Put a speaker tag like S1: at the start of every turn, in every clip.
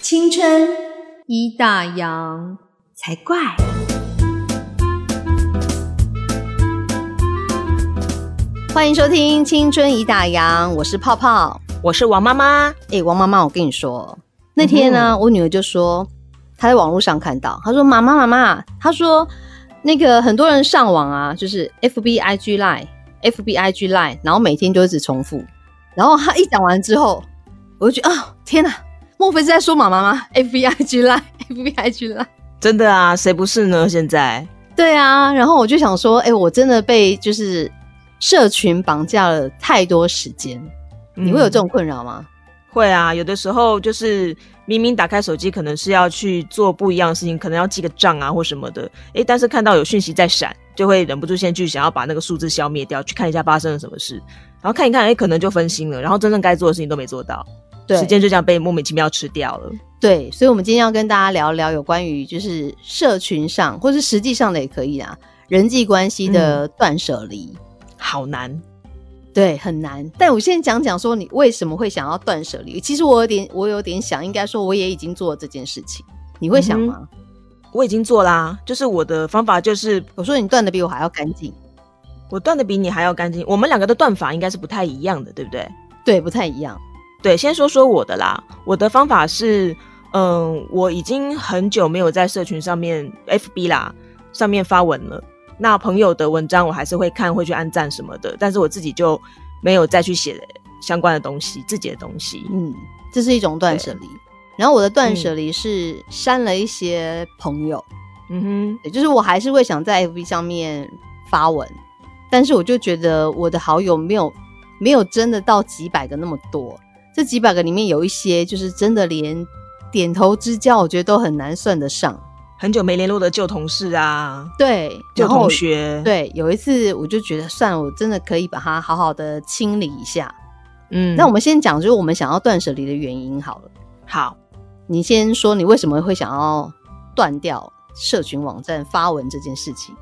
S1: 青春一大洋才怪。欢迎收听《青春一大洋》，我是泡泡。
S2: 我是王妈妈，嗯
S1: 哎、王妈妈，我跟你说，那天呢，我女儿就说她在网络上看到，她说妈妈妈妈，她说那个很多人上网啊，就是 F B I G Line F B I G Line，然后每天就一直重复，然后她一讲完之后，我就觉得啊、天哪，莫非是在说妈妈吗？F B I G Line F B I G Line。
S2: 真的啊，谁不是呢？现在
S1: 对啊，然后我就想说，哎、我真的被就是社群绑架了太多时间，你会有这、
S2: 嗯
S1: 种困扰吗？
S2: 会啊，有的时候就是明明打开手机，可能是要去做不一样的事情，可能要记个账啊或什么的，诶、但是看到有讯息在闪，就会忍不住先去想要把那个数字消灭掉，去看一下发生了什么事，然后看一看，诶、可能就分心了，然后真正该做的事情都没做到，
S1: 对，
S2: 时间就这样被莫名其妙吃掉了。
S1: 对，所以，我们今天要跟大家聊聊有关于就是社群上，或是实际上的也可以啊，人际关系的断舍离。
S2: 嗯好难，
S1: 对，很难。但我现在讲讲说，你为什么会想要断舍离？其实我有点，我有点想，应该说我也已经做了这件事情。你会
S2: 嗯
S1: 想吗？
S2: 我已经做啦、就是我的方法就是
S1: 我说你断的比我还要干净，
S2: 我断的比你还要干净，我们两个的断法应该是不太一样的，对不对？
S1: 对，不太一样。
S2: 对，先说说我的啦。我的方法是，嗯，我已经很久没有在社群上面 FB 啦上面发文了。那朋友的文章我还是会看，会去按赞什么的，但是我自己就没有再去写相关的东西，自己的东西。
S1: 嗯，这是一种断
S2: 对
S1: 舍离。然后我的断舍离是删了一些朋友，
S2: 嗯
S1: 对，就是我还是会想在 FB 上面发文，但是我就觉得我的好友没有没有真的到几百个那么多，这几百个里面有一些就是真的连点头之交，我觉得都很难算得上。
S2: 哼，很久没联络的旧同事啊，
S1: 对，
S2: 旧
S1: 然后
S2: 同学，，
S1: 对，有一次我就觉得算了，我真的可以把它好好的清理一下。
S2: 嗯，
S1: 那我们先讲就是我们想要断舍离的原因好了，
S2: 好，
S1: 你先说你为什么会想要断掉社群网站发文这件事情。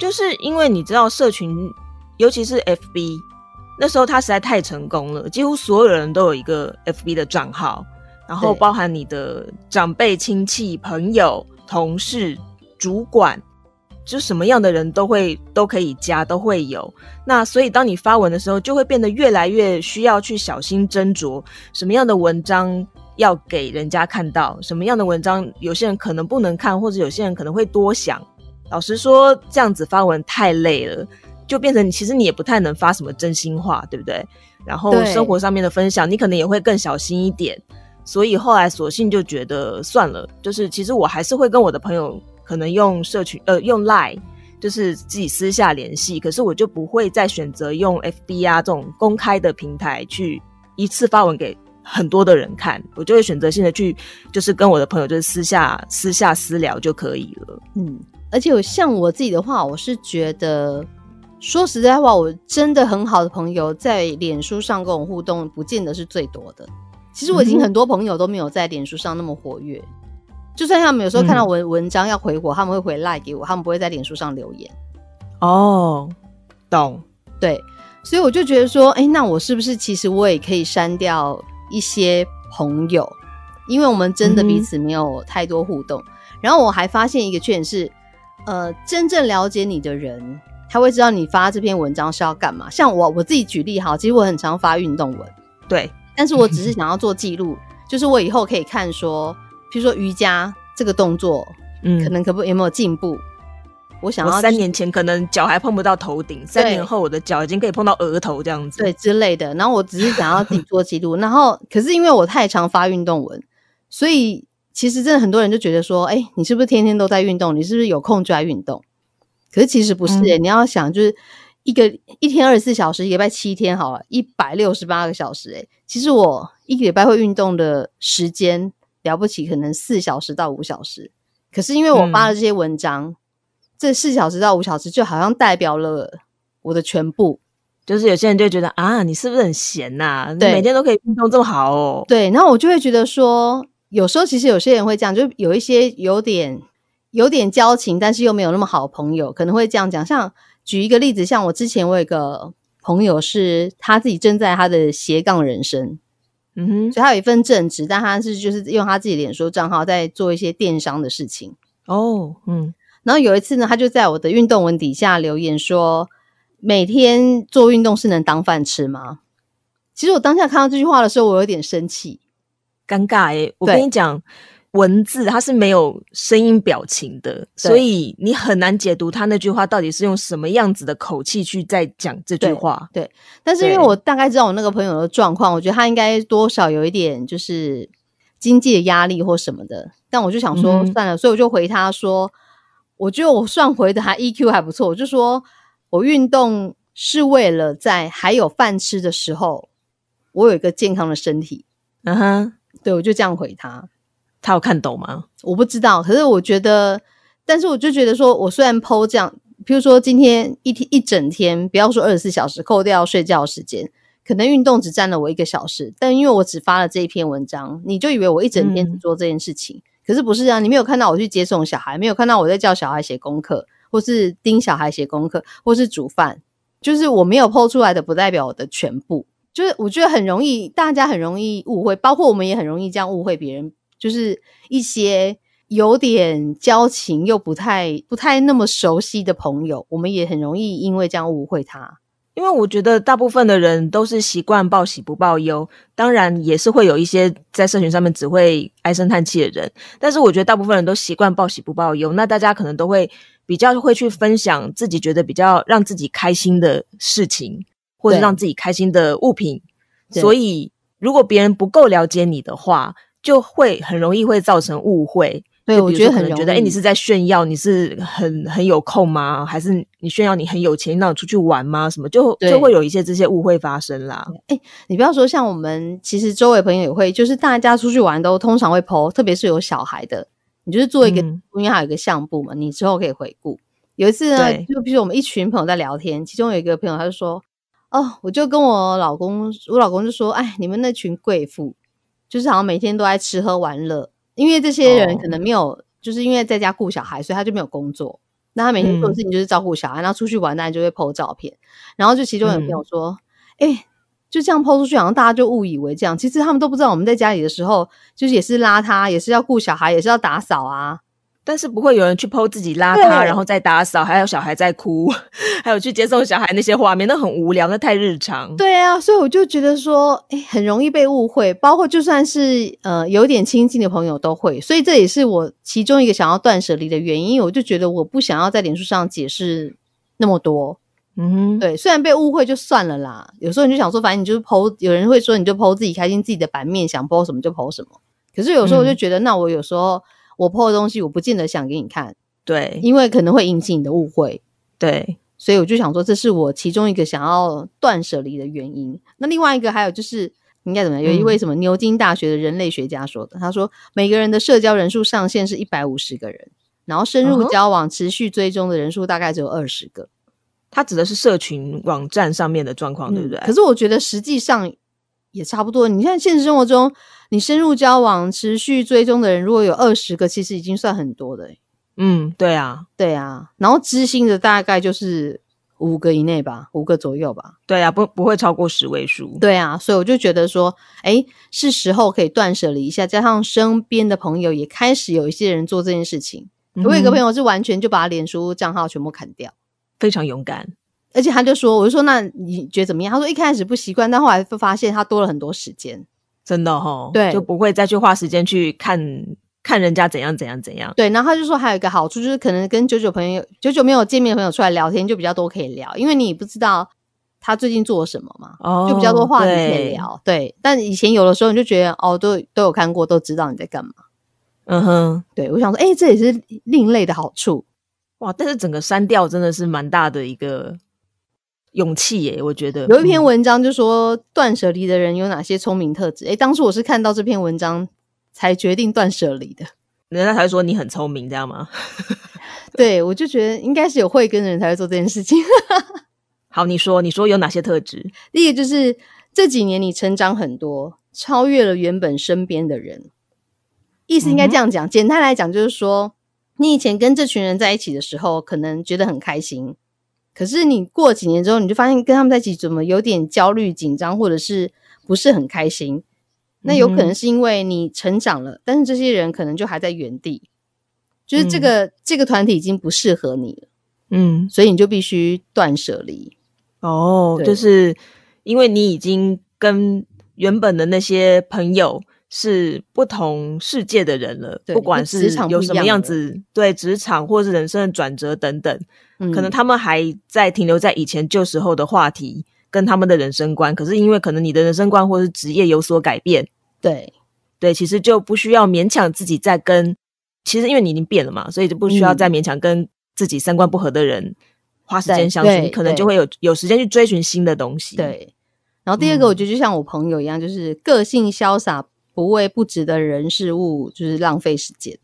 S2: 就是因为你知道社群，尤其是 FB，那时候它实在太成功了，几乎所有人都有一个 FB 的账号，然后
S1: 对
S2: 包含你的长辈、亲戚、朋友、同事、主管，就什么样的人都会都可以加，都会有。那所以当你发文的时候，就会变得越来越需要去小心斟酌什么样的文章。要给人家看到什么样的文章，有些人可能不能看，或者有些人可能会多想，老实说，这样子发文太累了，就变成你其实你也不太能发什么真心话，对不对？然后
S1: 对
S2: 生活上面的分享，你可能也会更小心一点。所以后来索性就觉得算了，就是其实我还是会跟我的朋友可能用社群呃用 Line，就是自己私下联系，可是我就不会再选择用 FB 啊这种公开的平台去一次发文给很多的人看，我就会选择性的去就是跟我的朋友就是私下私下私聊就可以了。
S1: 嗯，而且我像我自己的话，我是觉得说实在话，我真的很好的朋友在脸书上跟我互动，不见得是最多的。其实我已经
S2: 嗯哼
S1: 很多朋友都没有在脸书上那么活跃，就算他们有时候
S2: 嗯
S1: 看到文文章要回我，他们会回来给我，他们不会在脸书上留言。
S2: 哦，懂。
S1: 对，所以我就觉得说，哎、那我是不是其实我也可以删掉一些朋友，因为我们真的彼
S2: 嗯哼
S1: 此没有太多互动。然后我还发现一个缺点是，呃，真正了解你的人，他会知道你发这篇文章是要干嘛。像我我自己举例哈，其实我很常发运动文，
S2: 对，
S1: 但是我只 是想要做记录，就是我以后可以看说，比如说瑜伽这个动作，
S2: 嗯
S1: 可能可不有没有进步。我想要
S2: 我三年前可能脚还碰不到头顶，三年后我的脚已经可以碰到额头这样子。
S1: 对，之类的。然后我只是想要自己做记 录，然后可是因为我太常发运动文，所以其实真的很多人就觉得说，哎、你是不是天天都在运动？你是不是有空就在运动？可是其实不是、
S2: 嗯
S1: 欸，你要想就是一个一天二十四小时，一个礼拜七天好了，一百六十八个小时、欸，其实我一个礼拜会运动的时间了不起，可能四小时到五小时。可是因为我发
S2: 嗯
S1: 了这些文章，这四小时到五小时就好像代表了我的全部，
S2: 就是有些人就会觉得啊，你是不是很闲呐、你
S1: 对
S2: 每天都可以运动这么好哦。
S1: 对，然后我就会觉得说，有时候其实有些人会这样，就有一些有点有点交情，但是又没有那么好的朋友，可能会这样讲。像举一个例子，像我之前我有一个朋友是，他自己正在他的斜杠人生，
S2: 嗯哼，
S1: 所以他有一份正职，但他是就是用他自己脸书账号在做一些电商的事情。
S2: 哦，嗯，
S1: 然后有一次呢，他就在我的运动文底下留言说：“每天做运动是能当饭吃吗？”其实我当下看到这句话的时候，我有点生气。
S2: 尴尬诶、我
S1: 对
S2: 跟你讲，文字它是没有声音表情的，所以你很难解读他那句话到底是用什么样子的口气去在讲这句话。
S1: 但是因为
S2: 对
S1: 我大概知道我那个朋友的状况，我觉得他应该多少有一点就是经济的压力或什么的。但我就想说
S2: 嗯哼
S1: 算了，所以我就回他说，我觉得我算回的还 EQ 还不错，我就说我运动是为了在还有饭吃的时候，我有一个健康的身体。
S2: 嗯哼，
S1: 对，我就这样回他。
S2: 他有看懂吗？
S1: 我不知道，可是我觉得，但是我就觉得说，我虽然剖这样，比如说今天一天一整天，不要说二十四小时，扣掉睡觉时间，可能运动只占了我一个小时，但因为我只发了这一篇文章，你就以为我一整天只
S2: 嗯
S1: 做这件事情，可是不是啊？你没有看到我去接送小孩，没有看到我在叫小孩写功课，或是盯小孩写功课，或是煮饭，就是我没有剖出来的，不代表我的全部。就是我觉得很容易，大家很容易误会，包括我们也很容易这样误会别人，就是一些有点交情又不太不太那么熟悉的朋友，我们也很容易因为这样误会他。
S2: 因为我觉得大部分的人都是习惯报喜不报忧，当然也是会有一些在社群上面只会唉声叹气的人，但是我觉得大部分人都习惯报喜不报忧，那大家可能都会比较会去分享自己觉得比较让自己开心的事情，或者
S1: 对
S2: 让自己开心的物品，
S1: 对
S2: 所以如果别人不够了解你的话，就会很容易会造成误会。
S1: 对，
S2: 就
S1: 我
S2: 比如
S1: 觉得
S2: 说
S1: 很
S2: 可能
S1: 容易。
S2: 觉得，哎、你是在炫耀，你是很很有空吗？还是你炫耀你很有钱，让你出去玩吗？什么就
S1: 对
S2: 就会有一些这些误会发生啦。
S1: 你不要说像我们，其实周围朋友也会，就是大家出去玩都通常会 PO，特别是有小孩的，你就是做一个，
S2: 嗯
S1: 因为它有一个相簿嘛，你之后可以回顾。有一次呢，
S2: 对
S1: 就比如我们一群朋友在聊天，其中有一个朋友他就说：“哦，我就跟我老公，我老公就说，哎，你们那群贵妇，就是好像每天都在吃喝玩乐，因为这些人
S2: 哦
S1: 可能没有，就是因为在家顾小孩，所以他就没有工作。那他每天做的
S2: 嗯
S1: 事情就是照顾小孩，然后出去玩，当然就会 PO 照片。然后就其中有朋友说：，哎、就这样抛出去，好像大家就误以为这样，其实他们都不知道我们在家里的时候，就是也是邋遢，也是要顾小孩，也是要打扫啊。
S2: 但是不会有人去剖自己邋遢，
S1: 对
S2: 然后再打扫，还有小孩在哭， 还有去接送小孩那些画面，那很无聊，那太日常。
S1: 对啊，所以我就觉得说，哎，很容易被误会，包括就算是呃有点亲近的朋友都会，所以这也是我其中一个想要断舍离的原因。我就觉得我不想要在脸书上解释那么多，
S2: 嗯哼，
S1: 对，虽然被误会就算了啦，有时候你就想说，反正你就是剖，有人会说你就剖自己开心自己的版面，想剖什么就剖什么。可是有时候我就
S2: 嗯
S1: 觉得，那我有时候我剖的东西，我不见得想给你看，
S2: 对
S1: 因为可能会引起你的误会。
S2: 对，
S1: 所以我就想说，这是我其中一个想要断舍离的原因。那另外一个还有就是，应该怎么样？有
S2: 嗯
S1: 一位什么牛津大学的人类学家说的，他说每个人的社交人数上限是一百五十个人，然后深入
S2: 嗯哼
S1: 交往、持续追踪的人数大概只有二十个。
S2: 它指的是社群网站上面的状况，对不对？
S1: 嗯可是我觉得实际上也差不多。你看现实生活中，你深入交往、持续追踪的人，如果有二十个，其实已经算很多的欸、
S2: 嗯，对啊，
S1: 对啊，然后知心的大概就是五个以内吧，五个左右吧。
S2: 对啊，不不会超过十位数。
S1: 对啊，所以我就觉得说，哎，是时候可以断舍离一下。加上身边的朋友也开始有一些人做这件事情。
S2: 嗯哼，
S1: 我有一个朋友是完全就把脸书账号全部砍掉。
S2: 非常勇敢。
S1: 而且他就说，我就说那你觉得怎么样？他说一开始不习惯，但后来会发现他多了很多时间。
S2: 真的哈，
S1: 对
S2: 就不会再去花时间去看看人家怎样怎样怎样。
S1: 对，然后他就说还有一个好处就是，可能跟九九朋友、九九没有见面的朋友出来聊天就比较多可以聊，因为你不知道他最近做了什么嘛，
S2: 哦
S1: 就比较多话题可以
S2: 对
S1: 聊。对，但以前有的时候你就觉得哦，都都有看过，都知道你在干嘛。
S2: 嗯哼，
S1: 对我想说，哎、这也是另类的好处。
S2: 哇！但是整个删掉真的是蛮大的一个勇气耶，我觉得
S1: 有一篇
S2: 嗯
S1: 文章就说断舍离的人有哪些聪明特质？哎、当时我是看到这篇文章才决定断舍离的。
S2: 人家才会说你很聪明，这样吗？
S1: 对我就觉得应该是有慧根的人才会做这件事情。
S2: 好，你说，你说有哪些特质？
S1: 第一个就是这几年你成长很多，超越了原本身边的人。意思应
S2: 嗯
S1: 该这样讲，简单来讲就是说，你以前跟这群人在一起的时候，可能觉得很开心，可是你过几年之后，你就发现跟他们在一起怎么有点焦虑、紧张，或者是不是很开心。那有可
S2: 嗯
S1: 能是因为你成长了，但是这些人可能就还在原地，就是这个、这个团体已经不适合你了，
S2: 嗯，
S1: 所以你就必须断舍离。
S2: 哦，
S1: 对
S2: 就是因为你已经跟原本的那些朋友是不同世界的人了，
S1: 对
S2: 不管
S1: 跟职
S2: 是
S1: 场
S2: 有
S1: 不一
S2: 什么
S1: 样
S2: 样
S1: 了
S2: 子，对职场或是人生的转折等等，
S1: 嗯，
S2: 可能他们还在停留在以前旧时候的话题跟他们的人生观，可是因为可能你的人生观或是职业有所改变，
S1: 对
S2: 对，其实就不需要勉强自己再跟，其实因为你已经变了嘛，所以就不需要
S1: 嗯
S2: 再勉强跟自己三观不合的人花时
S1: 对
S2: 间相处，
S1: 对
S2: 你可能
S1: 对
S2: 就会有有时间去追寻新的东西。，
S1: 对。然后第二个，
S2: 嗯
S1: 我觉得就像我朋友一样，就是个性潇洒，不为不值的人事物就是浪费时间。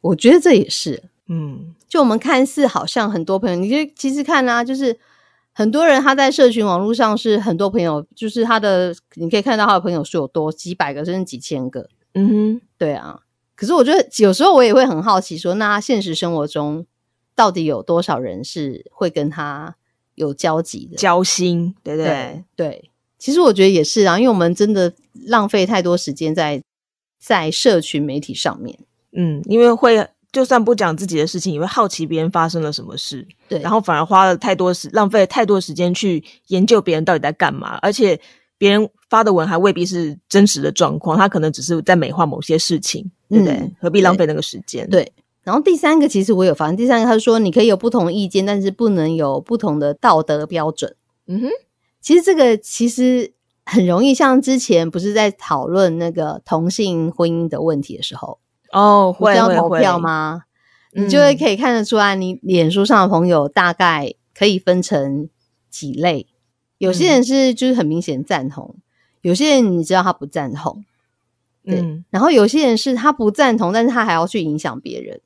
S1: 我觉得这也是，
S2: 嗯
S1: 就我们看似好像很多朋友，你就其实看啊，就是很多人他在社群网络上是很多朋友，就是他的你可以看到他的朋友数有多几百个，甚至几千个，
S2: 嗯哼，
S1: 对啊。可是我觉得有时候我也会很好奇说那他现实生活中到底有多少人是会跟他有交集的？
S2: 交心，对不对？
S1: 对对，其实我觉得也是啊，因为我们真的浪费太多时间在在社群媒体上面，
S2: 嗯，因为会就算不讲自己的事情，也会好奇别人发生了什么事，
S1: 对，
S2: 然后反而花了太多时，浪费了太多时间去研究别人到底在干嘛，而且别人发的文还未必是真实的状况，他可能只是在美化某些事情，对不对？
S1: 嗯
S2: 何必浪费那个时间？
S1: 对然后第三个，其实我有发现，第三个他说你可以有不同意见，但是不能有不同的道德标准。
S2: 嗯哼，
S1: 其实这个其实很容易，像之前不是在讨论那个同性婚姻的问题的时候，
S2: 哦，
S1: 不
S2: 会
S1: 是要
S2: 会
S1: 投
S2: 会
S1: 票？吗？
S2: 嗯
S1: 你就会可以看得出来，你脸书上的朋友大概可以分成几类。有
S2: 嗯
S1: 些人是就是很明显赞同，有些人你知道他不赞同，对
S2: 嗯，
S1: 然后有些人是他不赞同，但是他还要去影响别人。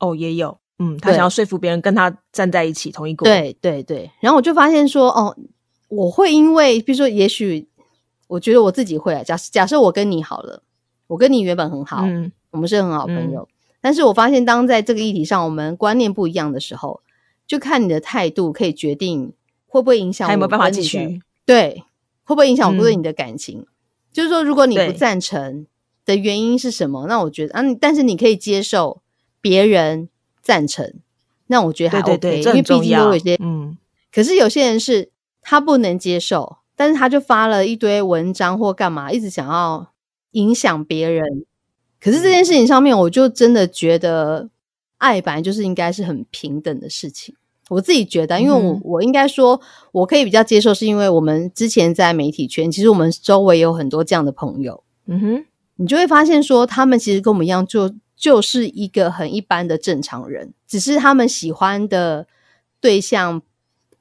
S2: 哦，也有，嗯，他
S1: 对
S2: 想要说服别人跟他站在一起同一国，，
S1: 对对对，然后我就发现说，哦，我会因为，比如说，也许我觉得我自己会啊。假设假设我跟你好了，我跟你原本很好，
S2: 嗯
S1: 我们是很好
S2: 嗯
S1: 朋友，但是我发现当在这个议题上我们观念不一样的时候，就看你的态度可以决定会不会影响
S2: 他有没有
S1: 我
S2: 办法
S1: 跟
S2: 继
S1: 你的
S2: 续？
S1: 对，会不会影响我对
S2: 嗯
S1: 你的感情？就是说，如果你不
S2: 对
S1: 赞成的原因是什么，那我觉得啊，你但是你可以接受别人赞成，那我觉得还
S2: 对
S1: OK，
S2: 对对，这
S1: 因为
S2: 很
S1: 毕
S2: 重
S1: 竟都
S2: 要
S1: 有些。。
S2: 嗯，
S1: 可是有些人是他不能接受，但是他就发了一堆文章或干嘛，一直想要影响别人。可是这件事情上面，我就真的觉得爱本来就是应该是很平等的事情。我自己觉得，因为我、
S2: 嗯
S1: 我应该说，我可以比较接受，是因为我们之前在媒体圈，其实我们周围有很多这样的朋友，
S2: 嗯哼，
S1: 你就会发现说，他们其实跟我们一样就，就是一个很一般的正常人，只是他们喜欢的对象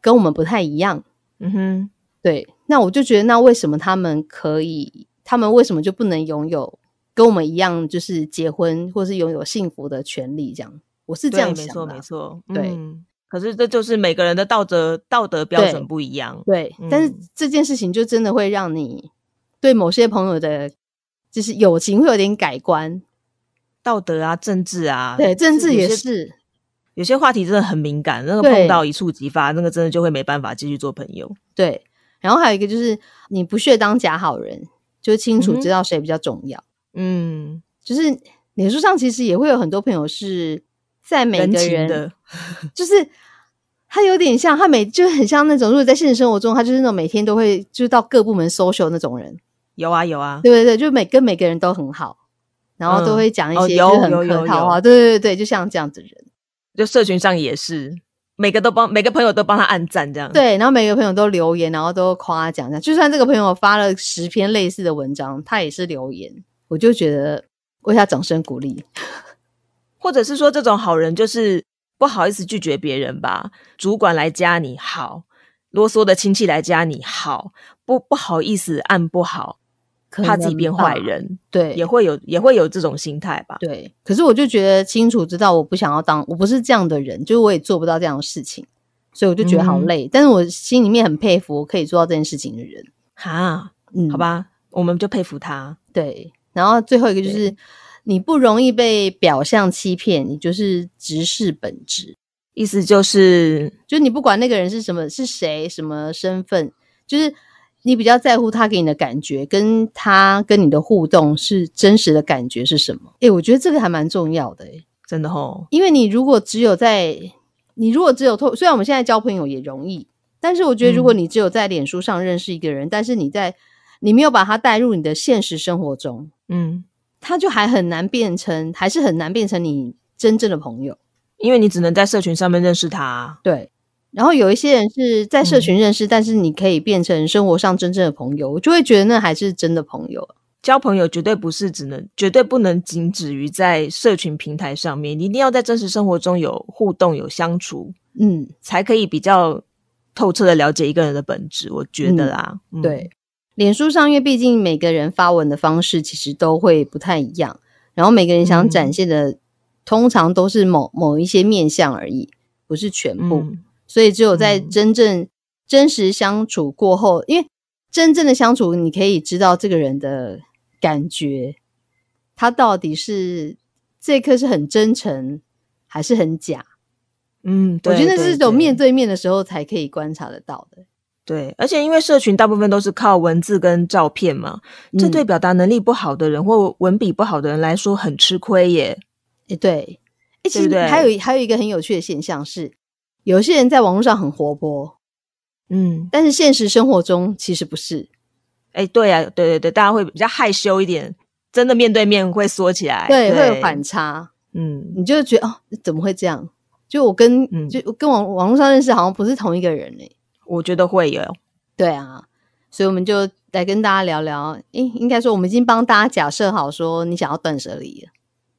S1: 跟我们不太一样。
S2: 嗯哼，
S1: 对，那我就觉得，那为什么他们可以，他们为什么就不能拥有跟我们一样，就是结婚或是拥有幸福的权利？这样，我是这
S2: 对，
S1: 样
S2: 没
S1: 想
S2: 错
S1: 的
S2: 没
S1: 啊。
S2: 错，
S1: 对
S2: 嗯。可是这就是每个人的道德道德标
S1: 对
S2: 准不一样，
S1: 对，但是
S2: 嗯
S1: 这件事情就真的会让你对某些朋友的，就是友情会有点改观。
S2: 道德啊、政治啊，
S1: 对，政治
S2: 有
S1: 也
S2: 些
S1: 是。
S2: 有些话题真的很敏感，那个
S1: 对
S2: 碰到一触即发，那个真的就会没办法继续做朋友。
S1: 对，然后还有一个就是你不屑当假好人，就清楚
S2: 嗯哼
S1: 知道谁比较重要。
S2: 嗯，
S1: 就是脸书上其实也会有很多朋友是在每
S2: 人
S1: 个
S2: 情
S1: 人，
S2: 的，
S1: 就是他有点像他每就很像那种，如果在现实生活中，他就是那种每天都会就是到各部门 social 那种人，
S2: 有啊有啊，
S1: 对对对，就每跟每个人都很好。然后都
S2: 嗯
S1: 会讲一
S2: 哦
S1: 些
S2: 有
S1: 就是很
S2: 有有
S1: 客套
S2: 有
S1: 话，对对对，就像这样子的人，
S2: 就社群上也是，每个都帮每个朋友都帮他按赞这样。，
S1: 对。然后每个朋友都留言，然后都夸奖一下。就算这个朋友发了十篇类似的文章，他也是留言，我就觉得为他掌声鼓励。
S2: 或者是说这种好人就是不好意思拒绝别人吧，主管来加你好，啰嗦的亲戚来加你好，不不好意思按不好，
S1: 可
S2: 怕自己
S1: 能
S2: 变
S1: 吧
S2: 坏，人，
S1: 对，
S2: 也会有也会有这种心态吧。
S1: 对，可是我就觉得清楚知道我不想要当，我不是这样的人，就是我也做不到这样的事情，所以我就觉得好
S2: 嗯
S1: 累。但是我心里面很佩服可以做到这件事情的人，
S2: 哈，
S1: 嗯，
S2: 好，吧，我们就佩服他。
S1: 对。然后最后一个就是，你不容易被表象欺骗，你就是直视本质，
S2: 意思就是
S1: 就是你不管那个人是什么是谁什么身份，就是你比较在乎他给你的感觉，跟他跟你的互动是真实的感觉是什么？诶、我觉得这个还蛮重要的、诶
S2: 真的哦，
S1: 因为你如果只有在，你如果只有透，虽然我们现在交朋友也容易，但是我觉得如果你只有在脸书上认识一个人，但是你在你没有把他带入你的现实生活中，
S2: 嗯，
S1: 他就还很难变成，还是很难变成你真正的朋友。
S2: 因为你只能在社群上面认识他啊、
S1: 对，然后有一些人是在
S2: 嗯
S1: 社群认识，但是你可以变成生活上真正的朋友，我就会觉得那还是真的朋友。
S2: 交朋友绝对不是只能，绝对不能仅止于在社群平台上面，你一定要在真实生活中有互动、有相处，
S1: 嗯，
S2: 才可以比较透彻的了解一个人的本质。我觉得啦，嗯
S1: 对，。脸书上，因为毕竟每个人发文的方式其实都会不太一样，然后每个人想
S2: 嗯
S1: 展现的、通常都是某某一些面相而已，不是全部。
S2: 嗯，
S1: 所以只有在
S2: 嗯
S1: 真正、真实相处过后，因为真正的相处，你可以知道这个人的感觉，他到底是这一刻是很真诚还是很假。
S2: 嗯，
S1: 我
S2: 对
S1: 觉得那是一种面
S2: 对
S1: 对面的时候才可以观察得到的。
S2: 对，而且因为社群大部分都是靠文字跟照片嘛，这
S1: 嗯
S2: 对表达能力不好的人或文笔不好的人来说很吃亏耶。
S1: 诶嗯对，诶其
S2: 对
S1: 实
S2: 不对
S1: 还有一还有一个很有趣的现象是，有些人在网络上很活泼，
S2: 嗯，
S1: 但是现实生活中其实不是。
S2: 哎，对啊，对对对，大家会比较害羞一点，真的面对面会缩起来，
S1: 对，会有反差，
S2: 嗯，
S1: 你就觉得哦，怎么会这样？就我跟、
S2: 嗯
S1: 就我跟网网络上认识好像不是同一个人呢、
S2: 我觉得会有，
S1: 对啊，所以我们就来跟大家聊聊。诶，应该说我们已经帮大家假设好说你想要断舍离了。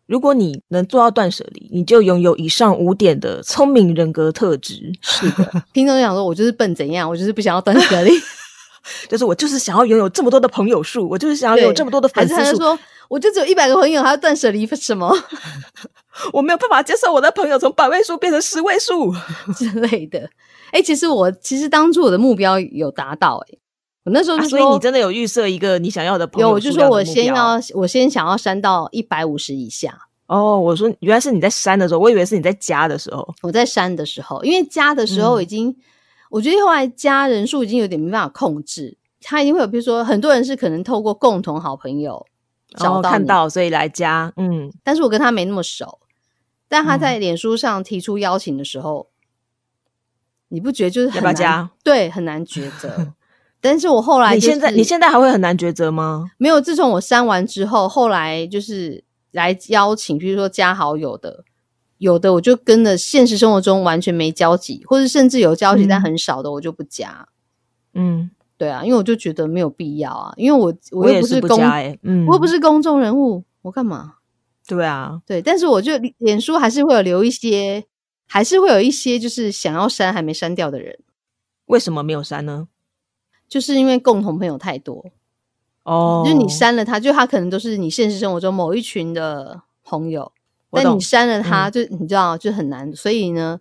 S2: 如果你能做到断舍离，你就拥有以上五点的聪明人格特质。
S1: 是的，听众就想说，我就是笨怎样，我就是不想要断舍 离。
S2: 就是我就是想要拥有这么多的朋友数，我就是想要有
S1: 对
S2: 这么多的
S1: 还
S2: 粉
S1: 是
S2: 丝
S1: 他就
S2: 数，
S1: 说，我就只有一百个朋友，还要断舍离什 么
S2: 我没有办法接受我的朋友从百位数变成十位数。
S1: 之类的？诶，其实我其实当初我的目标有达到、诶，我那时候
S2: 啊
S1: 就
S2: 所
S1: 说，
S2: 以你真的有预设一个你想要的朋友
S1: 有，我
S2: 数
S1: 就说
S2: 量的
S1: 我
S2: 目
S1: 先
S2: 标
S1: 要我先想要删到一百五十以下。
S2: 哦，我说原来是你在删的时候，我以为是你在加的时候。
S1: 我在删的时候，因为加的时候
S2: 嗯
S1: 已经，我觉得后来加人数已经有点没办法控制，他一定会有，比如说很多人是可能透过共同好朋友
S2: 然
S1: 找
S2: 后
S1: 到、
S2: 哦看，到，所以来加，嗯，
S1: 但是我跟他没那么熟，但他
S2: 嗯
S1: 在脸书上提出邀请的时候，你不觉得就是
S2: 要
S1: 很
S2: 不要
S1: 难
S2: 加？
S1: 对，很难抉 择。但是我后来、
S2: 你
S1: 就是、
S2: 现在你现在还会很难抉择吗？
S1: 没有，自从我删完之后，后来就是来邀请，比如说加好友的，有的我就跟了现实生活中完全没交集，或者甚至有交集、
S2: 嗯
S1: 但很少的，我就不加。
S2: 嗯，
S1: 对啊，因为我就觉得没有必要啊，因为我
S2: 我
S1: 我又
S2: 也
S1: 不
S2: 是不
S1: 公，
S2: 加哎、嗯，
S1: 我又不是公众人物，我干嘛？
S2: 对啊，
S1: 对，但是我就脸书还是会有留一些，还是会有一些就是想要删还没删掉的人，
S2: 为什么没有删呢？
S1: 就是因为共同朋友太多，
S2: 哦，
S1: 就是你删了他，就他可能都是你现实生活中某一群的朋友，
S2: 我
S1: 但
S2: 懂嗯
S1: 你，删了他，就你知道就很难。所以呢，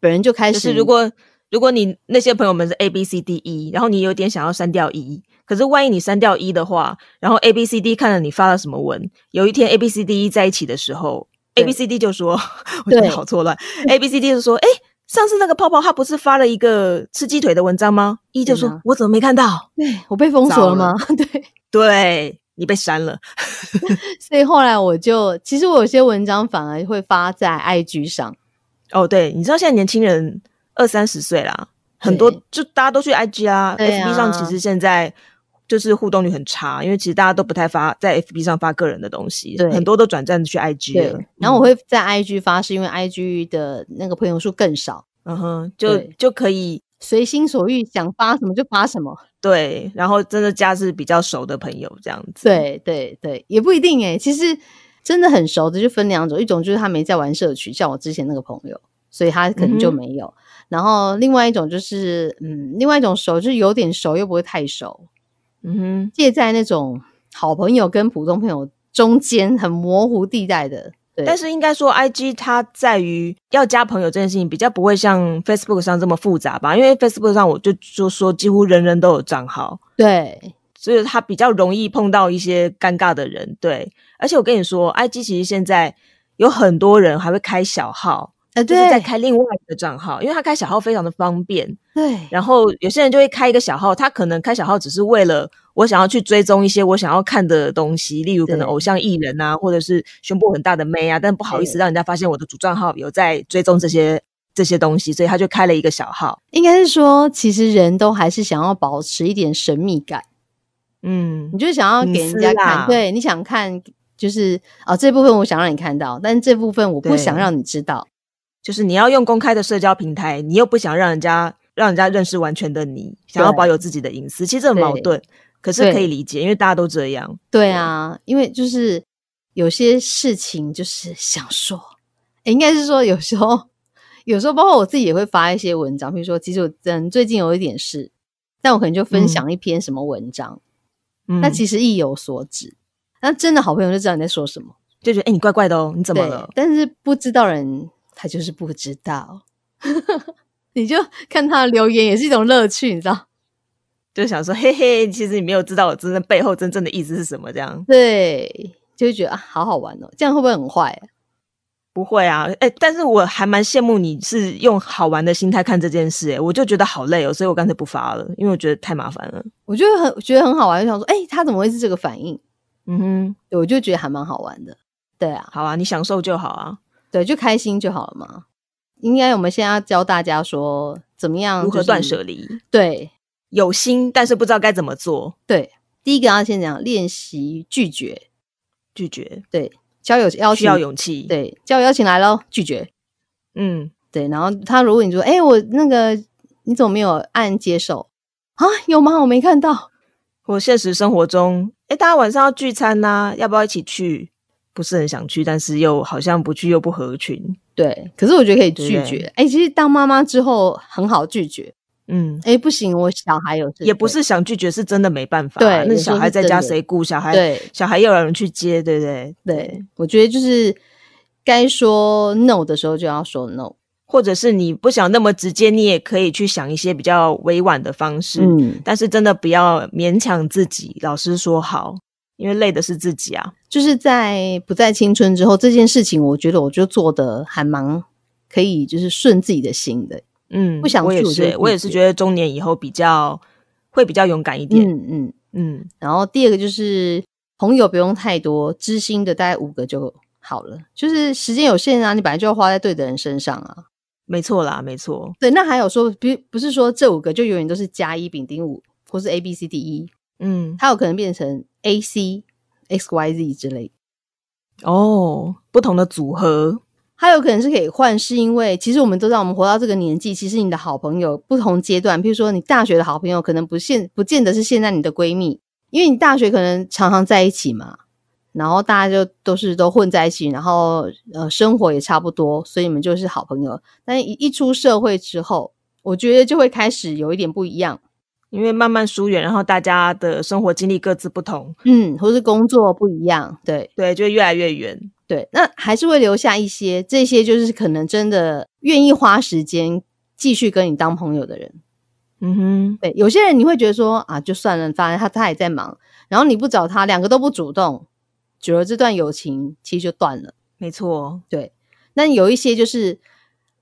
S1: 本人就开
S2: 就
S1: 始，
S2: 是如果如果你那些朋友们是 A B C D E，然后你有点想要删掉一，可是万一你删掉一的话，然后 A B C D 看了你发了什么文，有一天 A B C D E 在一起的时候
S1: 对
S2: ，A B C D 就说， 我觉得
S1: 对
S2: 好错乱，A B C D 就说，哎、上次那个泡泡他不是发了一个吃鸡腿的文章吗？一就
S1: 天
S2: 说
S1: 哪，
S2: 我怎么没看到？
S1: 对哎我被封锁了吗？ 对，
S2: 对你被删了，
S1: 所以后来我就，其实我有些文章反而会发在 IG 上，
S2: 哦，对，你知道现在年轻人二三十岁啦，很多
S1: 对
S2: 就大家都去 IG 啊
S1: 对
S2: f b 上其
S1: 啊
S2: 实现在就是互动率很差，因为其实大家都不太发在 FB 上发个人的东西，
S1: 对
S2: 很多都转战去 IG
S1: 对
S2: 了。。嗯
S1: 然后我
S2: 会，
S1: 会在 IG 发，是因为 IG 的那个朋友数更少，
S2: 嗯哼，就
S1: 对
S2: 就可以
S1: 随心所欲想发什么就发什么。
S2: 对，然后真的加是比较熟的朋友这样子。，
S1: 对对对，也不一定诶、其实真的很熟的就分两种，一种就是他没在玩社区，像我之前那个朋友，所以他可能就
S2: 嗯哼
S1: 没有。然后另外一种就是，嗯，另外一种熟就是有点熟又不会太熟，
S2: 嗯
S1: 介在那种好朋友跟普通朋友中间很模糊地带的。对，
S2: 哼，但是应该说 IG 它在于要加朋友这件事情比较不会像 Facebook 上这么复杂吧，因为 Facebook 上我就就说几乎人人都有账号，
S1: 对
S2: 所以他比较容易碰到一些尴尬的人。对，而且我跟你说，IG 其实现在有很多人还会开小号，
S1: 啊，
S2: 呃就
S1: 对
S2: 是，在开另外一个账号，因为他开小号非常的方便。
S1: 对，
S2: 然后有些人就会开一个小号，他可能开小号只是为了我想要去追踪一些我想要看的东西，例如可
S1: 对
S2: 能偶像艺人啊，或者是胸部很大的妹啊，但不好意思
S1: 对
S2: 让人家发现我的主账号有在追踪这些这些东西，所以他就开了一个小号。
S1: 应该是说，其实人都还是想要保持一点神秘感，
S2: 嗯
S1: 你，就想要给人家
S2: 隐私啦
S1: 看，对，你想看就是啊、这部分我想让你看到，但这部分我不
S2: 对
S1: 想让你知道，
S2: 就是你要用公开的社交平台，你又不想让人家让人家认识完全的你，想要
S1: 对
S2: 保有自己的隐私，其实这很矛
S1: 对
S2: 盾，可是可
S1: 对
S2: 以理解，因为大家都这样。
S1: 对啊，因为就是有些事情就是想说，诶应该是说有时候，有时候包括我自己也会发一些文章，比如说，其实我嗯最近有一点事，但我可能就分
S2: 嗯
S1: 享一篇什么文章，
S2: 嗯，
S1: 那其实意有所指，那真的好朋友就知道你在说什么，
S2: 就觉得哎、你怪怪的哦，你怎么
S1: 对
S2: 了？
S1: 但是不知道人他就是不知道， 你就看他的留言也是一种乐趣，你知道？
S2: 就想说，嘿嘿，其实你没有知道我真正背后真正的意思是什么，这样
S1: 对，就会觉得啊，好好玩哦，这样会不会很坏啊、
S2: 不会啊，哎、但是我还蛮羡慕你是用好玩的心态看这件事、哎，我就觉得好累哦，所以我干脆不发了，因为我觉得太麻烦了。
S1: 我就很觉得很好玩，就想说，哎、他怎么会是这个反应？
S2: 嗯哼，
S1: 对我就觉得还蛮好玩的。对啊，
S2: 好啊，你享受就好啊，
S1: 对，就开心就好了嘛。应该我们现在要教大家说怎么样、
S2: 如何断舍
S1: 离。
S2: 离？
S1: 对
S2: 有心，但是不知道该怎么做，
S1: 对，第一个要先讲练习拒绝。
S2: 拒绝
S1: 对，交友邀
S2: 需
S1: 请，
S2: 要勇气。，
S1: 对交友邀请来喽，拒绝。
S2: 嗯，
S1: 对，然后他如果你说，哎、我那个你怎么没有按接受啊？有吗？我没看到。
S2: 或现实生活中，哎、大家晚上要聚餐呐、要不要一起去？不是很想去，但是又好像不去又不合群。
S1: 对，可是我觉得可以拒
S2: 对
S1: 绝。哎、其实当妈妈之后很好拒绝。
S2: 嗯，
S1: 哎、不行，我小孩有事。
S2: 也不是想拒绝，是真的没办法、
S1: 对
S2: 那
S1: 有时候
S2: 小孩
S1: 是
S2: 在
S1: 真
S2: 家
S1: 的
S2: 谁顾？小孩
S1: 对
S2: 小孩又有人去接，对不对？
S1: 对，我觉得就是该说 no 的时候就要说 no。
S2: 或者是你不想那么直接，你也可以去想一些比较委婉的方式，
S1: 嗯，
S2: 但是真的不要勉强自己，老师说好，因为累的是自己啊。
S1: 就是在不在青春之后这件事情，我觉得我就做的还蛮可以，就是顺自己的心的。
S2: 嗯，
S1: 不想
S2: 我也，
S1: 去我就是会
S2: 我也
S1: 拒
S2: 是
S1: 绝
S2: 觉得中年以后比较会比较勇敢一点。
S1: 嗯嗯。
S2: 嗯
S1: 然后第二个就是朋友不用太多，知心的大概五个就好了。就是时间有限啊，你本来就要花在对的人身上啊。
S2: 没错啦，没错。
S1: 对，那还有说，不不是说这五个就永远都是加一丙丁五，或是 A B C D E，
S2: 嗯，
S1: 它有可能变成 A C X Y Z 之类的
S2: 哦，不同的组合，
S1: 还有可能是可以换，是因为其实我们都知道，我们活到这个年纪，其实你的好朋友不同阶段，譬如说你大学的好朋友，可能不现不见得是现在你的闺蜜，因为你大学可能常常在一起嘛，然后大家就都是都混在一起，然后呃生活也差不多，所以你们就是好朋友。但一一出社会之后，我觉得就会开始有一点不一样，
S2: 因为慢慢疏远，然后大家的生活经历各自不同，
S1: 嗯，或是工作不一样，对
S2: 对，就会越来越远。
S1: 对，那还是会留下一些，这些就是可能真的愿意花时间继续跟你当朋友的人。
S2: 嗯哼，
S1: 对，有些人你会觉得说啊，就算了，反正他他也在忙，然后你不找他，两个都不主动，久了这段友情其实就断了。
S2: 没错。
S1: 那有一些就是，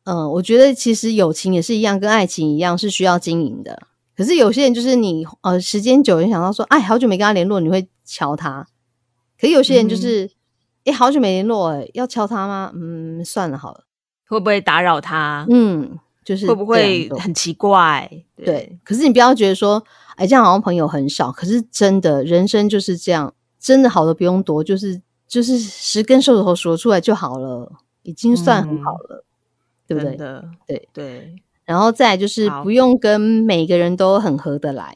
S1: 嗯、我觉得其实友情也是一样，跟爱情一样是需要经营的。可是有些人就是你呃，时间久了，你想到说，哎，好久没跟他联络，你会敲他。可是有些人就
S2: 嗯哼
S1: 是，哎、好久没联络、哎，要敲他吗？嗯，算了好了。
S2: 会不会打扰他？
S1: 嗯，就是
S2: 会不
S1: 这样
S2: 会
S1: 做
S2: 很奇怪？
S1: 对，，可是你不要觉得说，哎，这样好像朋友很少。可是真的，人生就是这样，真的好的不用多，就是就是十根手指头数得出来就好了，已经算很好了，对不
S2: 嗯
S1: 对？
S2: 真的，
S1: 对
S2: 对，
S1: 然后再来就是
S2: 好
S1: 不用跟每个人都很合得来，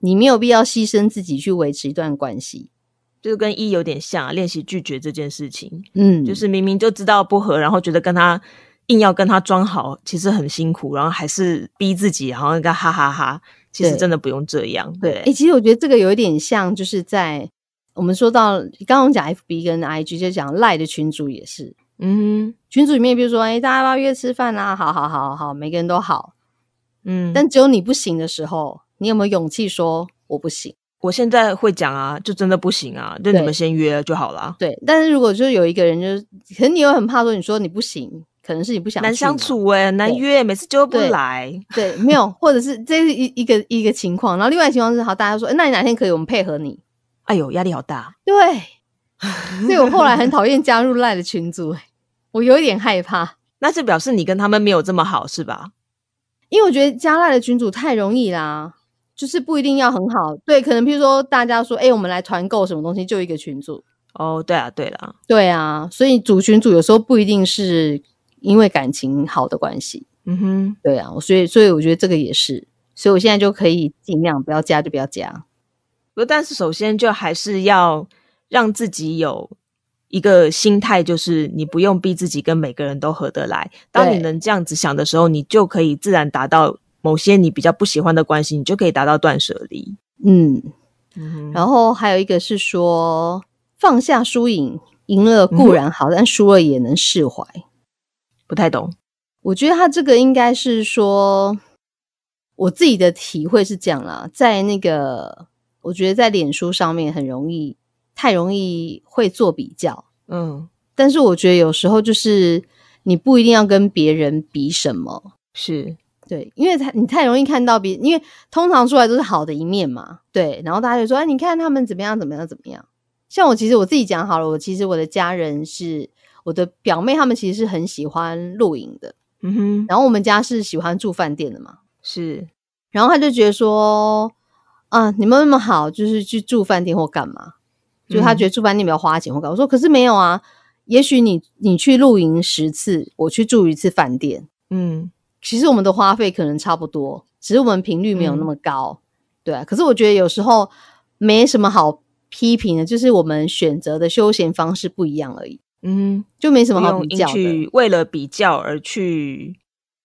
S1: 你没有必要牺牲自己去维持一段关系。
S2: 就是跟一有点像啊，练习拒绝这件事情，
S1: 嗯，
S2: 就是明明就知道不合，然后觉得跟他硬要跟他装好，其实很辛苦，然后还是逼自己，然后跟他哈哈哈其实
S1: 对
S2: 真的不用这样，
S1: 对，
S2: 对
S1: 哎、，其实我觉得这个有一点像，就是在我们说到刚刚我们讲 FB 跟 IG，就讲赖的群主也是，
S2: 嗯哼
S1: 群组里面，比如说，哎、大家要不要约吃饭啊？好好好好，每个人都好。
S2: 嗯，但
S1: 但只有你不行的时候，你有没有勇气说我不行？
S2: 我现在会讲啊，就真的不行啊，就你
S1: 对
S2: 们先约就好啦。啊
S1: 对，但是如果就是有一个人，就是可能你又很怕说，你说你不行，可可能是你不想
S2: 难
S1: 去
S2: 相
S1: 嘛
S2: 处哎、难
S1: 对
S2: 约，每次就不
S1: 对
S2: 来。
S1: 对，没有，或者是这是一一个一个情况，然后另外一个情况是，好，大家说，哎诶那你哪天可以，我们配合你。
S2: 哎呦，压力好大。
S1: 对，所以我后来很讨厌加入赖的群组、诶我有一点害怕，
S2: 那就表示你跟他们没有这么好，是吧？
S1: 因为我觉得加赖的群组太容易啦，就是不一定要很好。对，可能譬如说大家说，诶，我们来团购什么东西，就一个群组。
S2: 哦，对啊，对啦，
S1: 对啊，所以组群组有时候不一定是因为感情好的关系。
S2: 嗯哼，
S1: 对啊，所以所以我觉得这个也是，所以我现在就可以尽量不要加就不要加。
S2: 不，但是首先就还是要让自己有一个心态，就是你不用逼自己跟每个人都合得来。当你
S1: 对
S2: 能这样子想的时候，你就可以自然达到某些你比较不喜欢的关系，你就可以达到断舍离。
S1: 嗯，
S2: 嗯哼，
S1: 然后还有一个是说放下输赢，赢了固然好，但输了也能释怀。
S2: 不太懂。
S1: 我觉得他这个应该是说，我自己的体会是这样啦，在那个我觉得在脸书上面很容易，太容易会做比较，
S2: 嗯，
S1: 但是我觉得有时候就是你不一定要跟别人比什么，
S2: 是，
S1: 对，因为太你太容易看到别，因为通常出来都是好的一面嘛，对，然后大家就说，哎，你看他们怎么样怎么样怎么样。像我其实我自己讲好了，我其实我的家人是我的表妹，他们其实是很喜欢露营的，
S2: 嗯哼，
S1: 然后我们家是喜欢住饭店的嘛，
S2: 是，
S1: 然后他就觉得说，啊，你们那么好，就是去住饭店或干嘛？就他
S2: 嗯
S1: 觉得住饭店比较花钱或干嘛。我说可是没有啊，也许你你去露营十次，我去住一次饭店，
S2: 嗯，
S1: 其实我们的花费可能差不多，只是我们频率没有那
S2: 嗯
S1: 么高，对啊。可是我觉得有时候没什么好批评的，就是我们选择的休闲方式不一样而已，
S2: 嗯哼，
S1: 就没什么
S2: 不
S1: 好
S2: 用
S1: 比
S2: 因
S1: 较的。
S2: 去为了比较而去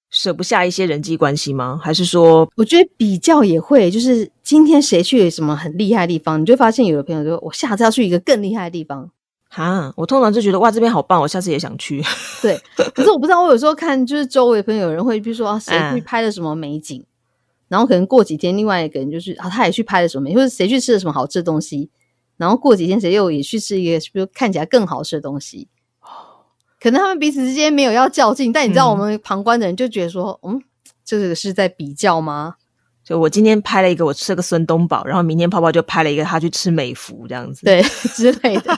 S2: 舍不下一些人际关系吗？还是说，
S1: 我觉得比较也会，就是今天谁去什么很厉害的地方，你就会发现有的朋友就说，我下次要去一个更厉害的地方。
S2: 哈，我通常就觉得哇，这边好棒，我下次也想去。
S1: 对，可是我不知道，我有时候看就是周围朋友有人会，比如说啊，谁去
S2: 嗯
S1: 拍了什么美景，然后可能过几天另外一个人就是啊，他也去拍了什么美，或者谁去吃了什么好吃的东西，然后过几天谁又也去吃一个，比如看起来更好吃的东西。可能他们彼此之间没有要较劲，但你知道我
S2: 哦嗯
S1: 们旁观的人就觉得说，嗯，这个是在比较吗？
S2: 就我今天拍了一个我吃了个孙东宝，然后明天泡泡就拍了一个他去吃美孚这样子，，
S1: 对 之类的。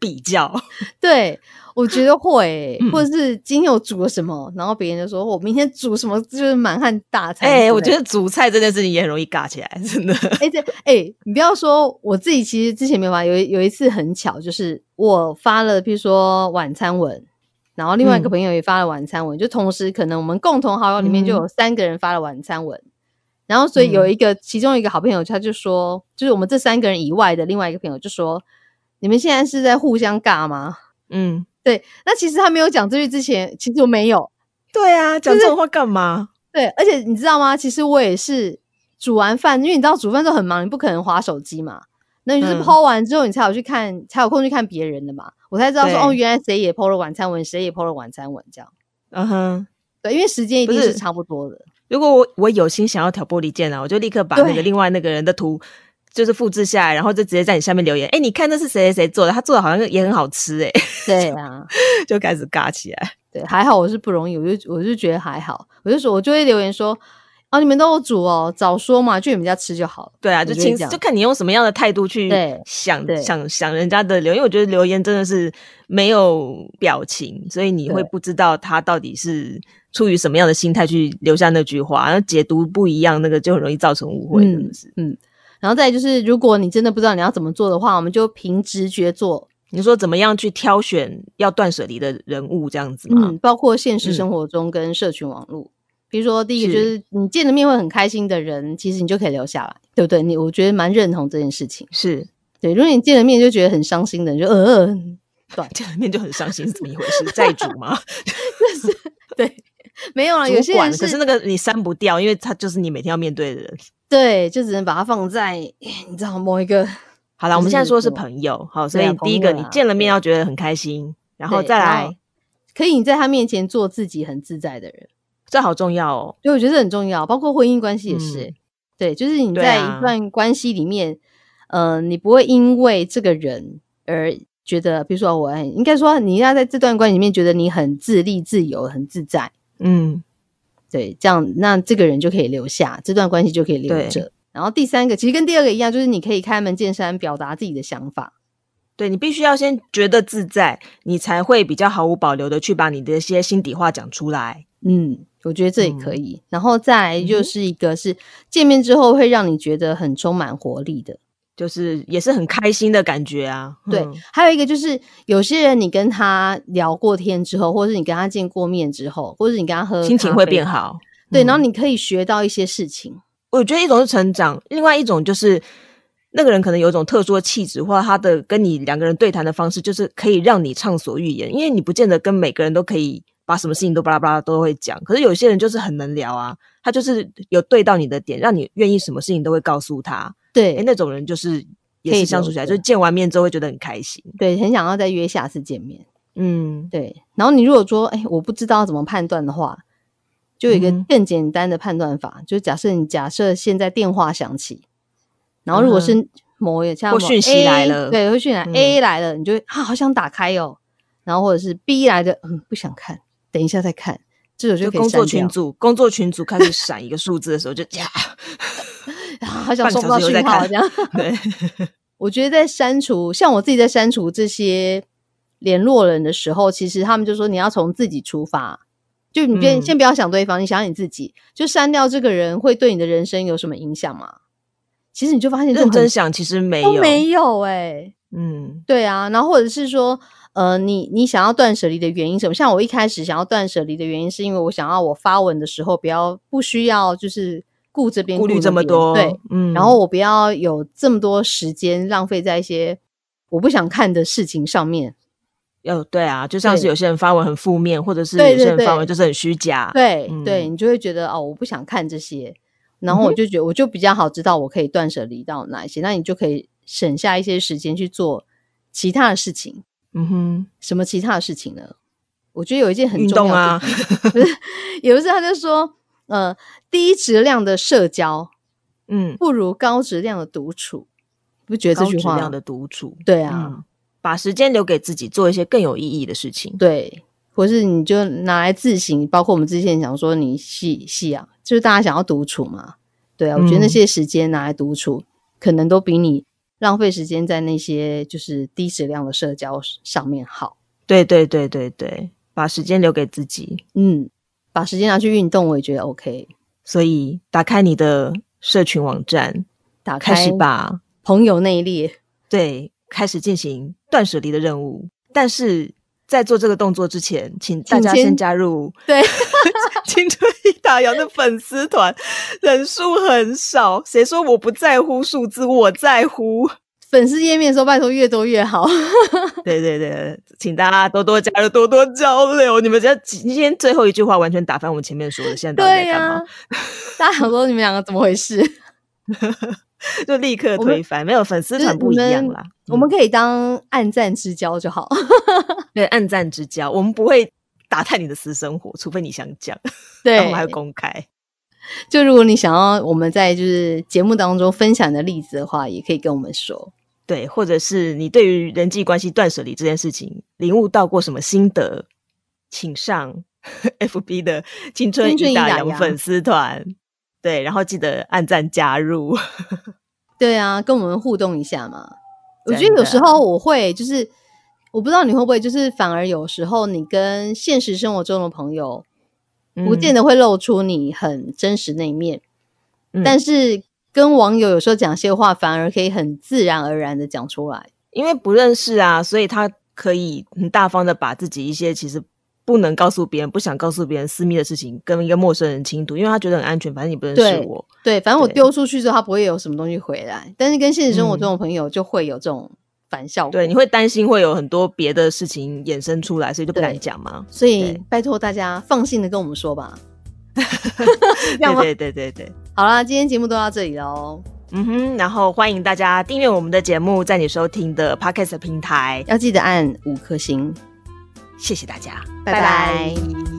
S2: 比较，
S1: 对，我觉得会、
S2: 嗯
S1: 或者是今天我煮了什么，然后别人就说我哦明天煮什么就是满汉大餐之类的。
S2: 哎、我觉得煮菜这件事情也很容易尬起来，真的，
S1: 哎、这哎、你不要说我自己，其实之前没玩，有一有一次很巧，就是我发了，譬如说晚餐文，然后另外一个
S2: 嗯
S1: 朋友也发了晚餐文，就同时可能我们共同好友里面就
S2: 嗯
S1: 有三个人发了晚餐文，然后所以有
S2: 嗯
S1: 一个、其中一个好朋友他就说，就是我们这三个人以外的另外一个朋友就说，你们现在是在互相尬吗？
S2: 嗯，
S1: 对，那其实他没有讲这句之前，其实我没有，
S2: 对啊，讲这种话干嘛？
S1: 对，而且你知道吗？其实我也是煮完饭，因为你知道煮饭都很忙，你不可能划手机嘛。那你就是
S2: 嗯
S1: 剖完之后，你才有去看，才有空去看别人的嘛。我才知道说，哦，
S2: 对
S1: 原来谁也剖了晚餐文，谁也剖了晚餐文，这样。
S2: 嗯哼，
S1: 对，因为时间一
S2: 不
S1: 定是
S2: 是
S1: 差不多的。
S2: 如果我我有心想要挑拨离间啊，我就立刻把那
S1: 对
S2: 个另外那个人的图就是复制下来，然后就直接在你下面留言，哎、你看那是谁谁谁做的，他做的好像也很好吃、欸，哎，
S1: 对啊，
S2: 就开始尬起来，
S1: 对，还好我是不容易，我就我就觉得还好，我就说，我就会留言说，哦，你们都有煮哦，早说嘛，去你们家吃就好了。
S2: 对啊，
S1: 我
S2: 就
S1: 觉得
S2: 轻
S1: 这样
S2: 就看你用什么样的态度去
S1: 对
S2: 想
S1: 对
S2: 想想人家的留言，因为我觉得留言真的是没有表情，所以你
S1: 对
S2: 会不知道他到底是出于什么样的心态去留下那句话，然后解读不一样，那个就很容易造成误会，真
S1: 嗯
S2: 的是。
S1: 然后再来就是，如果你真的不知道你要怎么做的话，我们就凭直觉做，
S2: 你说怎么样去挑选要断舍离的人物这样子吗？
S1: 嗯，包括现实
S2: 嗯
S1: 生活中跟社群网络。比如说，第一个就是是你见了面会很开心的人，其实你就可以留下来，对不对？你我觉得蛮认同这件事情。
S2: 是
S1: 对，如果你见了面就觉得很伤心的人，就呃，呃
S2: 见了面就很伤心，是怎么一回事？债主 吗？
S1: 对， 没啊有啦，有
S2: 主
S1: 些人
S2: 管？可
S1: 是
S2: 是那个你删不掉，因为他就是你每天要面对的人。
S1: 对，就只能把它放在你知道某一个
S2: 好啦，
S1: 就
S2: 我们现在
S1: 是
S2: 说的
S1: 什
S2: 是
S1: 么
S2: 朋友，好，所
S1: 对啊
S2: 以第一
S1: 朋
S2: 个
S1: 友
S2: 你
S1: 啦
S2: 见了面
S1: 对
S2: 要觉得很开心，然后
S1: 对
S2: 再
S1: 然后
S2: 来，
S1: 可以你在他面前做自己很自在的人，
S2: 这好重要哦。
S1: 对，我觉得这很重要，包括婚姻关系也是欸、
S2: 嗯
S1: 对，就是你
S2: 对
S1: 在
S2: 啊
S1: 一段关系里面，嗯、呃，你不会因为这个人而觉得，比如说我很应该说你要在这段关系里面觉得你很自立、自由、很自在，
S2: 嗯，
S1: 对，这样那这个人就可以留下，这段关系就可以留
S2: 对
S1: 着。然后第三个其实跟第二个一样，就是你可以开门见山表达自己的想法。
S2: 对你必须要先觉得自在，你才会比较毫无保留的去把你的一些心底话讲出来。
S1: 嗯，我觉得这也可以。然后再
S2: 嗯
S1: 来就是一个是、见面之后会让你觉得很充满活力的。
S2: 就是也是很开心的感觉啊，
S1: 对
S2: 嗯，
S1: 还有一个就是有些人你跟他聊过天之后，或者是你跟他见过面之后，或者是你跟他喝
S2: 心情会变
S1: 好。
S2: 好。
S1: 对，
S2: 嗯
S1: 然后你可以学到一些事情。
S2: 我觉得一种是成长，另外一种就是那个人可能有一种特殊的气质，或者他的跟你两个人对谈的方式，就是可以让你畅所欲言，因为你不见得跟每个人都可以把什么事情都巴拉巴拉都会讲，可是有些人就是很能聊啊，他就是有对到你的点，让你愿意什么事情都会告诉他。
S1: 对，
S2: 诶、那种人就是也
S1: 可以
S2: 是相处起来，
S1: 留着
S2: 就见完面之后会觉得很开心。
S1: 对，很想要再约下次见面。
S2: 嗯，
S1: 对，然后你如果说，哎、我不知道怎么判断的话，就有一个
S2: 嗯哼
S1: 更简单的判断法，就是假设你假设现在电话响起，然后如果是某一像
S2: 嗯或
S1: 某
S2: 讯息
S1: A-
S2: 来了
S1: 对，会讯来、
S2: 嗯
S1: A 来了，你就会啊，好想打开哦，然后或者是 B 来的，嗯，不想看，等一下再看，这种
S2: 就
S1: 就可以
S2: 工
S1: 删
S2: 作
S1: 掉
S2: 群组，工作群组开始闪一个数字的时候，就 呀，
S1: 啊，好想
S2: 半个
S1: 收不到
S2: 小时又
S1: 讯
S2: 在
S1: 号
S2: 看
S1: 这样。
S2: 对，
S1: 我觉得在删除，像我自己在删除这些联络人的时候，其实他们就说你要从自己出发，就你别、
S2: 嗯
S1: 先不要想对方，你想想你自己，就删掉这个人会对你的人生有什么影响吗？其实你就发现这
S2: 认
S1: 种很
S2: 真想其实没有
S1: 都，没有哎、
S2: 嗯。
S1: 对啊，然后或者是说，呃，你你想要断舍离的原因是什么？像我一开始想要断舍离的原因，是因为我想要我发文的时候不要不需要就是顾这边
S2: 顾虑
S1: 那
S2: 这么
S1: 边
S2: 多，
S1: 对，，
S2: 嗯，
S1: 然后我不要有这么多时间浪费在一些我不想看的事情上面。
S2: 有对啊，就像
S1: 对
S2: 是有些人发文很负面，或者是
S1: 对
S2: 有
S1: 对
S2: 些人发
S1: 对
S2: 文就是很虚假，
S1: 对、对，
S2: 嗯
S1: 你就会觉得哦，我不想看这些，然后我就觉得我就比较好知道我可以断舍离到哪一些，那你就可以省下一些时间去做其他的事情。
S2: 嗯哼，
S1: 什么其他的事情呢？我觉得有一件很
S2: 运
S1: 重
S2: 动
S1: 要的
S2: 啊
S1: 事，有一次他就说，呃，低质量的社交
S2: 嗯，
S1: 不如高质量的独处，你不觉得这
S2: 高
S1: 句
S2: 质
S1: 话啊
S2: 量的独处，
S1: 对啊，
S2: 嗯，把时间留给自己，做一些更有意义的事情，
S1: 对，或是你就拿来自省，包括我们之前讲说你细细啊，就是大家想要独处嘛，对啊，我觉得那
S2: 嗯
S1: 些时间拿来独处，可能都比你浪费时间在那些就是低质量的社交上面好。
S2: 对对对对对，把时间留给自己，
S1: 嗯，把时间拿去运动，我也觉得 OK。
S2: 所以打开你的社群网站，
S1: 打开
S2: 开始吧，
S1: 朋友那一列，
S2: 对，开始进行断舍离的任务，但是。在做这个动作之前，请大
S1: 请
S2: 家
S1: 先
S2: 先加入
S1: 对
S2: 青春一打烊的粉丝团人数很少，谁说我不在乎数字？我在乎。
S1: 粉丝页面的时候，拜托越多越好。
S2: 对对对，请大家多多加入，多多交流。你们这今天最后一句话完全打翻我们前面说的，现在到底
S1: 对
S2: 在干
S1: 呀、
S2: 嘛？嗯
S1: 大家想说你们两个怎么回 事？
S2: 就立刻
S1: 啊我们
S2: 推翻。没有粉丝
S1: 就是
S2: 团不一
S1: 你
S2: 样
S1: 们
S2: 啦，嗯
S1: 我们可以当暗战之交就 好。
S2: 对暗赞之交，我们不会打探你的私生活，除非你想讲，
S1: 对，
S2: 然后我们还会公开。
S1: 就如果你想要我们在就是节目当中分享的例子的话，也可以跟我们说。
S2: 对，或者是你对于人际关系断舍离这件事情领悟到过什么心得，请上 FB 的青春
S1: 青春
S2: 一
S1: 一
S2: 打
S1: 打
S2: 烊
S1: 烊
S2: 粉丝团。对，然后记得按赞加入。
S1: 对啊，跟我们互动一下嘛。我
S2: 真
S1: 觉得有
S2: 的
S1: 时候我会就是，我不知道你会不会，就是反而有时候你跟现实生活中的朋友，不见
S2: 得，
S1: 得会露出你很真实那一面，
S2: 嗯
S1: 但是跟网友有时候讲些话，反而可以很自然而然的讲出来。
S2: 因为不认识啊，所以他可以很大方的把自己一些其实不能告诉别人、不想告诉别人私密的事情，跟一个陌生人倾吐，因为他觉得很安全，反正你不认识
S1: 对
S2: 我。
S1: 对，反正我
S2: 对嗯
S1: 丢出去之后，他不会有什么东西回来，但是跟现实生活中的朋友就会有这种反效果。
S2: 对，你会担心会有很多别的事情衍生出来，所以就不敢
S1: 对
S2: 讲嘛。
S1: 所以
S2: 对
S1: 拜托大家放心的跟我们说吧。是这样
S2: 对
S1: 吗？
S2: 对对对对。
S1: 好啦，今天节目都到这里喽，
S2: 嗯哼，然后欢迎大家订阅我们的节目，在你收听的 Podcast 平台，
S1: 要记得按五颗星，
S2: 谢谢大家，
S1: 拜拜
S2: 拜